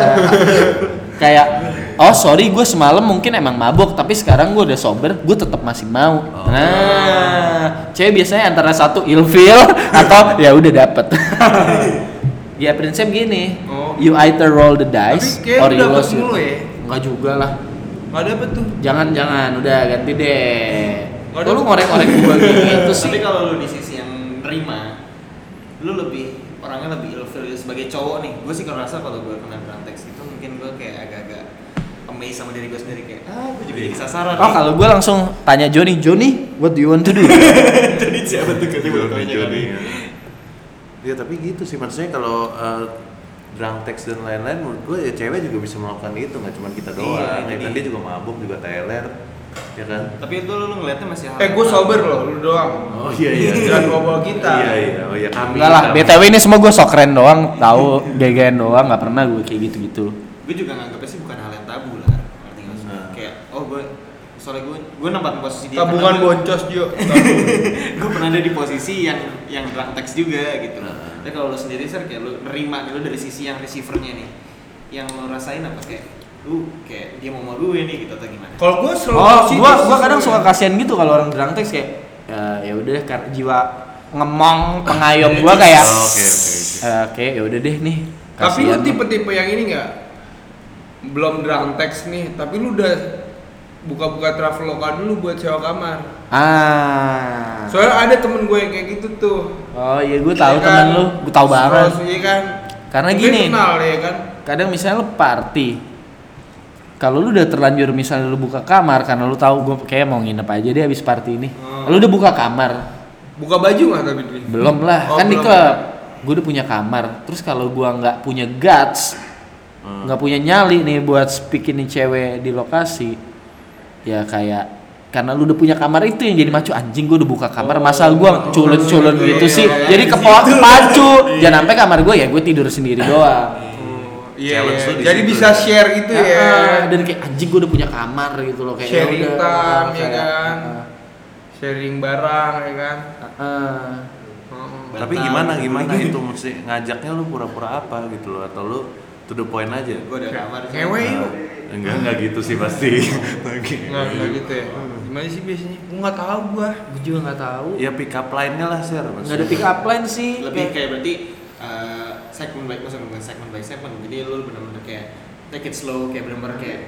kayak oh sorry gue semalam mungkin emang mabok tapi sekarang gue udah sober gue tetap masih mau
Oh.
nah cewek biasanya antara satu ilfil atau ya udah dapet ya prinsip gini
Oh.
you either roll the dice
tapi kayak
or
udah
you
dapet
lose
mulu
it
ya
enggak juga lah
nggak dapet tuh
jangan jangan udah ganti deh
Nggak
Kok lu
dapet.
ngorek-ngorek gue gitu sih
Tapi kalau lu di sisi yang nerima, lu lebih orangnya lebih ilfil sebagai cowok nih. Gue sih ngerasa kalau gue kena drum text itu mungkin gue kayak agak-agak amazed sama diri gue sendiri kayak ah gue juga jadi sasaran.
oh kalau gue langsung tanya Joni Joni what do you want to do
jadi siapa tuh
Joni,
ketemu kan?
Joni, ya. Ya, tapi gitu sih maksudnya kalau uh, drunk text dan lain-lain menurut gue ya cewek juga bisa melakukan itu nggak cuma kita doang
Iya,
ya
jadi-
kan dia juga mabuk juga teler ya kan
Tapi itu lu, lu ngeliatnya masih
eh gue sober loh lu doang
oh iya iya
jangan bawa kita
iya iya oh iya kami
Enggak lah,
kami.
BTW ini semua gue sok keren doang, tahu GGN doang, nggak pernah gue kayak gitu-gitu.
Gue juga nganggapnya sih bukan hal yang tabu lah. Ngerti nggak sih?
Nah.
Kayak oh gue soalnya gue gue nempatin posisi dia.
tabungan
Iya,
karena gue-
boncos Jo Tabung.
gue pernah ada di posisi yang yang drunk text juga gitu loh. Tapi kalau lu sendiri sir kayak lu nerima nih, lu dari sisi yang receivernya nih. Yang lu rasain apa kayak lu kayak dia mau mau gue nih gitu atau gimana?
kalau gue selalu
Oh,
positif
gue
sih
gua kadang suka
sebenarnya.
kasihan gitu kalau orang drunk text kayak ya udah kar- jiwa ngemong pengayom gue kayak
Oh, oke, oke, oke.
"Eh, oke ya udah deh nih.
tapi lu
kasihan."
tipe-tipe yang ini nggak belum drunk text nih tapi lu udah buka-buka traveloka dulu buat sewa kamar
ah
soalnya ada temen gue yang kayak gitu tuh
oh iya gue tahu
kan?
temen lu, gue tahu banget.
Terus, iya kan
Karena
Mungkin
gini.
kenal ya kan
kadang misalnya lu party kalau lu udah terlanjur misalnya lu buka kamar karena lu tahu gue kayak mau nginep aja deh habis party ini
Hmm.
lu udah buka kamar
buka baju nggak tapi Dwi?
Belum lah,
Oh,
kan di
belum.
klub. Gue udah punya kamar. Terus kalau gua nggak punya guts,
Hmm.
nggak punya nyali nih buat speak ini cewek di lokasi, ya kayak karena lu udah punya kamar itu yang jadi macu anjing gue udah buka kamar masa gua culun-culun
Oh, iya,
gitu
iya,
sih
iya,
jadi kepo kepacu jangan sampai kamar gue ya gue tidur sendiri doang
Oh, iya,
Challenge
iya.
lu di
jadi
situ,
bisa
ya.
share gitu ya
Ah, dan kayak anjing gue udah punya kamar gitu loh kayak
sharing
ya udah,
time ya
kayak,
kan
ah,
sharing barang ya kan
ah, ah.
Oh.
tapi gimana gimana itu mesti ngajaknya lu pura-pura apa gitu loh atau lu to the point aja Nah,
Gue ada kamar. sih.
Ngewe yuk
enggak enggak gitu sih pasti
nggak nggak gitu ya gimana sih biasanya gue nggak tahu gua
gue juga nggak tahu
Iya.
ya pick up line-nya lah share
nggak ada pick up line sih
Lebih kayak berarti eh, segmen by maksudnya bukan segmen by segmen. Jadi lu benar-benar kayak take it slow kayak benar-benar kayak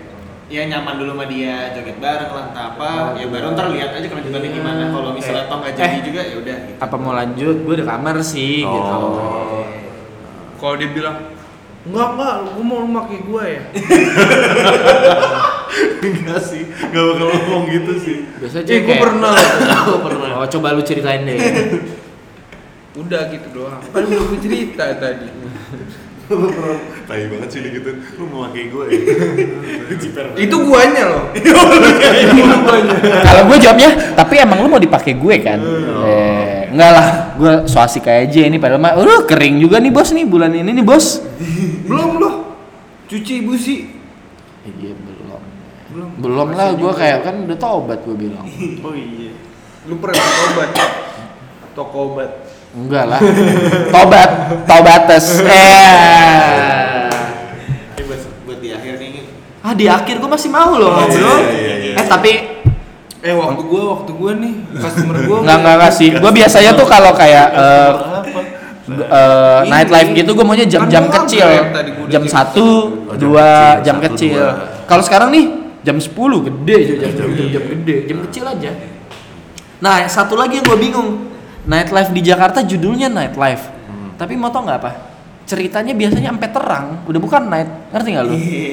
ya nyaman dulu sama dia joget bareng lah entah apa ya baru ntar lihat aja kelanjutannya gimana kalau misalnya
Eh,
toh nggak
eh.
jadi juga ya udah gitu.
apa mau lanjut gue udah kamar sih
Oh.
gitu
kalau dia bilang enggak enggak gue mau lu maki gue ya
enggak sih enggak bakal ngomong gitu sih
biasanya
eh gue
kayak-
pernah
oh pernah
oh coba lu ceritain deh
udah gitu doang kan udah gue cerita tadi
tai banget sih gitu lu mau ya? pakai gue
itu guanya loh
Iya,
itu guanya
kalau gue jawabnya tapi emang lu mau dipakai gue kan eh, enggak lah gue so asik aja ini padahal mah "Aduh, kering juga nih bos nih bulan ini nih bos
belum loh cuci busi
iya belum
belum
belum lah gue kayak kan udah tobat gue bilang
lu pernah ke obat toko obat
Enggak lah. Tobat, tobates. Eh.
Ini buat, buat di akhir nih.
Ah di akhir gue masih mau loh ngobrol. Eh tapi
Eh waktu gue, waktu gue nih, customer gue.
Nggak nggak nggak sih. Gue biasanya tuh kalau kayak eh, eh,
Ini.
nightlife gitu gue maunya jam-jam
Kan gua
kecil, ya.
ngomong tadi gua udah
jam
jam
Oh,
satu,
jam
dua,
kecil,
jam
satu,
kecil.
dua.
Kalau sekarang nih jam 10 gede aja jam, jam, jam gede, jam kecil aja. Nah satu lagi yang gue bingung, nightlife di Jakarta judulnya nightlife,
Hmm.
tapi mau tau nggak apa? Ceritanya biasanya sampai terang, udah bukan night, ngerti nggak lu?
Iya,
gitu.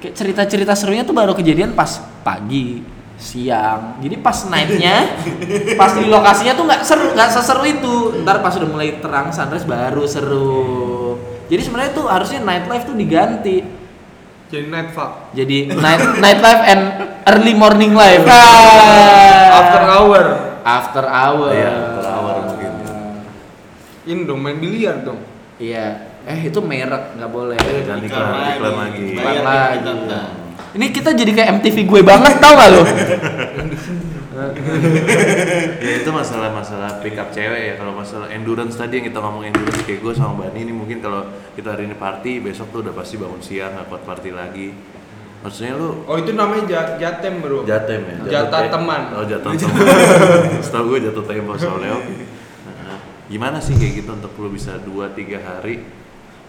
kayak cerita-cerita serunya tuh baru kejadian pas pagi siang jadi pas nightnya pas di lokasinya tuh nggak seru nggak seseru itu ntar pas udah mulai terang sunrise baru seru jadi sebenarnya tuh harusnya nightlife tuh diganti
Jadi night fuck.
jadi night nightlife and early morning life Eh.
After hour.
after hour
Nah. Iya, after hour mungkin.
Ini dong main biliar dong.
iya eh itu merek nggak boleh
Dan iklan, iklan lagi.
Iklan lagi.
Kita, enggak.
ini kita jadi kayak MTV gue banget tau gak lo
Ya itu masalah-masalah pick up cewek ya. Kalau masalah endurance tadi yang kita ngomong endurance kayak gue sama Bani ini mungkin kalau kita hari ini party besok tuh udah pasti bangun siang nggak kuat party lagi. Maksudnya lu
Oh itu namanya ja- jatem bro.
Jatem ya?
Jatah
te-
teman.
Oh jatah teman Setahu gue jatuh tempo soalnya oke Nah, Gimana sih kayak gitu untuk lu bisa 2-3 hari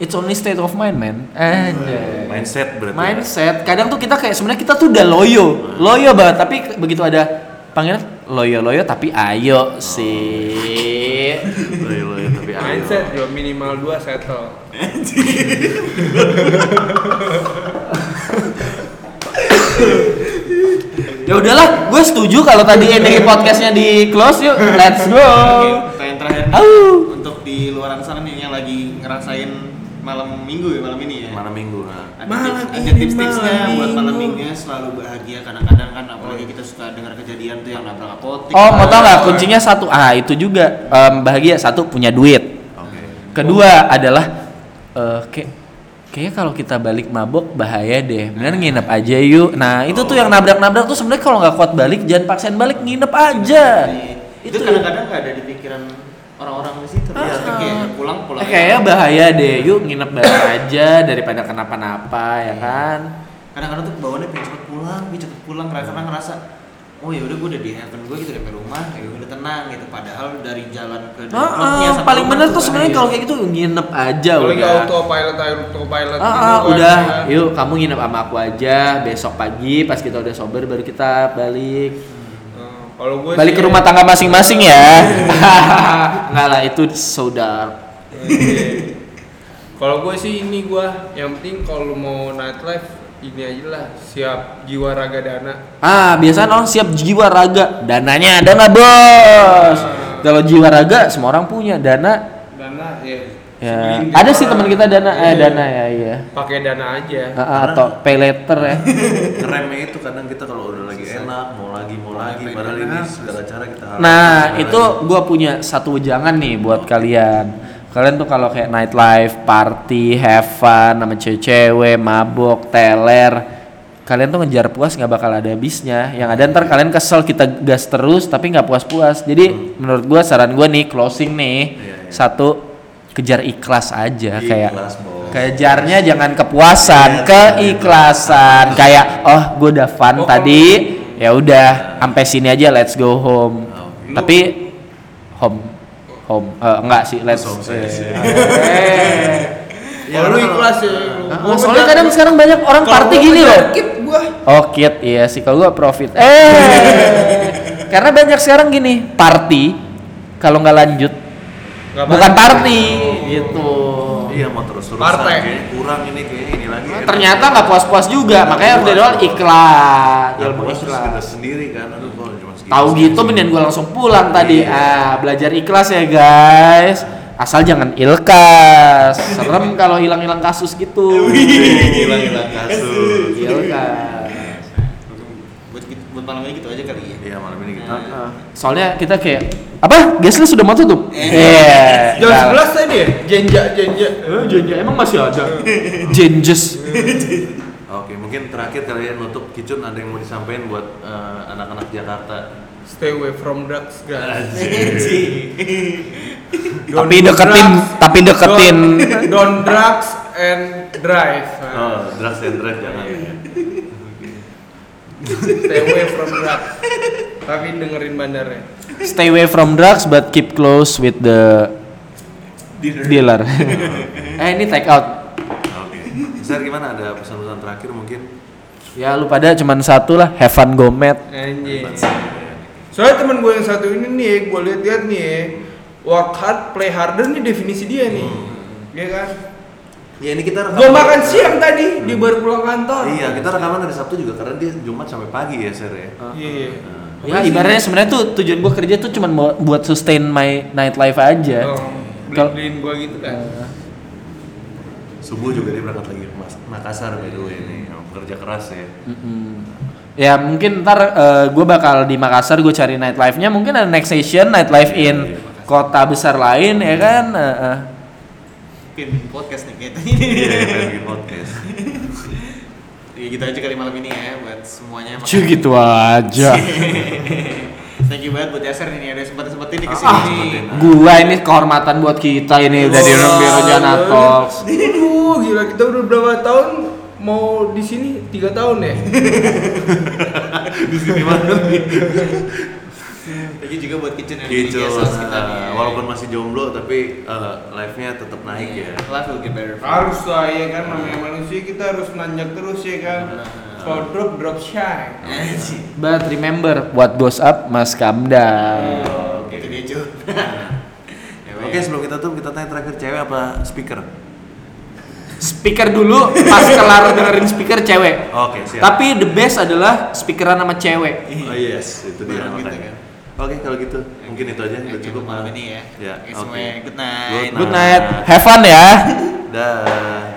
It's only state of mind, man. Anjay.
Mindset berarti ya?
Mindset. Kadang tuh kita kayak sebenarnya kita tuh udah loyo, loyo banget. Tapi ke- begitu ada panggilan loyo loyo tapi ayo sih.
Loyo loyo Iya, tapi ayo
Mindset bro minimal dua settle.
ya udahlah, gue setuju kalau tadi ini podcastnya di close yuk. Let's go.
Oke, pertanyaan terakhir nih.
Au.
Untuk di luaran sana nih yang lagi ngerasain malam minggu ya malam ini ya.
Malam minggu nah.
Ada tips- ada tips-tipsnya buat malam minggunya selalu bahagia kadang-kadang kan apalagi kita suka dengar kejadian tuh yang nabrak apotik.
Oh, mau tau nggak
lah.
kuncinya satu? Ah, itu juga Em, bahagia satu punya duit.
Oke
Kedua adalah eh kayak kayaknya kalau kita balik mabok bahaya deh. Bener nginep aja yuk. Nah, itu tuh yang nabrak-nabrak tuh sebenarnya kalau nggak kuat balik jangan paksain balik nginep aja.
Iya. Itu kadang-kadang nggak ada di pikiran orang-orang di situ.
Ah.
Ya, kayak pulang pulang.
Eh, kayaknya bahaya deh. Yuk nginep bareng aja daripada kenapa-napa
Iya.
ya kan.
kadang-kadang tuh bawaannya pengen cepet pulang, pengen cepet pulang karena ngerasa oh ya udah gue udah di heaven gue gitu dari rumah, ya udah tenang gitu. Padahal dari jalan ke
Nah,
roadnya
eh,
Iya, sampai
paling
rumah
bener tuh
bahaya.
sebenarnya kalau kayak gitu nginep aja
Kalau
Ya udah.
nggak autopilot autopilot. gitu
Ah, ah,
kan,
udah,
ya.
yuk kamu nginep sama aku aja. Besok pagi pas kita udah sober baru kita balik.
Nah, Kalau gue
balik ke rumah tangga masing-masing ya nggak lah itu saudara
Kalau gue sih ini gue yang penting kalau lu mau nightlife ini aja lah siap jiwa raga dana.
ah biasanya orang siap jiwa raga dananya ada nggak bos kalau jiwa raga semua orang punya dana
Dana
iya.
ya.
ya
sebelin
ada
dia
sih
orang.
teman kita dana eh
Iya.
dana ya iya
Pakai dana aja.
Ah, ah, atau pay later ya
Ngeremnya itu kadang kita kalau udah lagi enak Mau lagi mau lagi Padahal ini segala cara kita harus
Nah,
iya.
itu gua punya satu jangan nih buat kalian. Kalian tuh kalau kayak nightlife, party, have fun, sama cewek-cewek, mabok, teler. Kalian tuh ngejar puas nggak bakal ada habisnya. Yang ada ntar kalian kesel kita gas terus tapi nggak puas-puas. Jadi menurut gua saran gua nih closing nih.
Hmm. iya.
Satu kejar ikhlas aja kayak
Ikhlas, Bos.
kejarnya jangan kepuasan, keikhlasan. Kayak oh gua udah
Oh,
fun tadi, ya udah sampai sini aja let's go home
Oke.
tapi home home eh, enggak sih let's
Home
eh,
sih. Iya,
eh.
Ya lu ikhlas ya.
Oh, soalnya kadang sekarang banyak orang party gini loh
Gue
oh kid iya sih kalau gua profit eh karena banyak sekarang gini party kalau nggak lanjut bukan party gitu
Iya mau terus-terusan
Partai.
Kayaknya kurang ini kayaknya ini lagi enak.
Nah,
Iya,
ternyata nggak puas-puas juga makanya udah doang ikhlas
Nggak
ilmu
puas terus
ikhlas
kita Nah, sendiri kan Aduh kok cuma segitu
Tahu gitu mendingan gue langsung pulang tadi. Ah, belajar ikhlas ya guys. Asal jangan ilkas. Serem kalau hilang-hilang kasus gitu.
Hilang-hilang Iya, kasus
Iya. ilkas.
buat, buat malam ini gitu aja kali ya.
Iya malam ini kita
Ah, Soalnya kita kayak apa? Guys sudah mau tutup. Iya.
jam sebelas tadi ya. Jenja jenja. Eh,
Jenja emang masih ada. Jenjes.
Oke, mungkin terakhir kalian nutup Kicun ada yang mau disampaikan buat eh, anak-anak Jakarta.
Stay away from drugs guys.
Anjir.
Tapi deketin, tapi deketin.
Don't, don't drugs and drive.
Nah.
Oh, drugs and drive jangan
Iya.
ya.
Stay away from drugs. Tapi dengerin bandarnya.
Stay away from drugs but keep close with the dealer. eh ini take out.
Oke. Besar gimana ada pesan-pesan terakhir mungkin?
Ya lu pada cuman satu lah, have fun gomet.
Anjing. Soalnya teman gue yang satu ini nih, gue lihat-lihat nih, work hard, play harder nih definisi dia nih. Iya kan?
Ya ini kita
Gue makan siang tadi di baru pulang kantor.
Iya, kita rekaman hari Sabtu juga karena dia Jumat sampai pagi ya, Ser ya.
Ah.
Iya. iya.
Nah,
Ya ibaratnya sebenarnya tuh tujuan gua kerja tuh cuman mau- buat sustain my nightlife aja.
Oh,
Kalau-
beliin gue gitu kan.
subuh juga dia berangkat lagi ke Mas- Makassar by the way nih, emang pekerja keras ya.
Hmm.
Mm-mm. Ya mungkin ntar gue bakal di Makassar gue cari nightlife-nya mungkin ada next session nightlife in kota besar lain ya kan. eh, eh.
Pimpin podcast nih kayaknya.
Iya, dia pengen bikin podcast.
Ya gitu aja kali malam ini ya buat semuanya.
Cuy gitu aja.
Thank you banget buat Yaser nih ada sempat sempetin nih
Ah,
kesini.
seperti itu.
Gua ini kehormatan buat kita ini udah diundang di Rojana Talks.
Aduh, Oh. gila kita udah berapa tahun mau di sini tiga tahun ya.
Di sini mana nih?
Thank you juga buat Kitchen and
Gitu.
Media Sauce kita nih.
nah, walaupun masih jomblo tapi eh, live-nya tetap naik ya.
Life will get better.
Harus lah ya kan namanya manusia kita harus nanjak terus ya kan. Kalau drop drop shy.
Anjing.
But remember what goes up must come down.
Oke, itu dia Jo. Ya,
Oke,
weh.
sebelum kita tuh kita tanya terakhir cewek apa speaker?
Speaker dulu pas kelar dengerin speaker cewek.
Oke, siap.
Tapi the best adalah speakeran sama cewek.
Oh yes, itu dia
Barang kita,
makanya.
kan?
Oke, kalau gitu mungkin itu aja
Oke,
udah cukup
malam ini ya.
Ya,
Oke,
oke.
semuanya good night.
Good night, have fun ya.
Dah.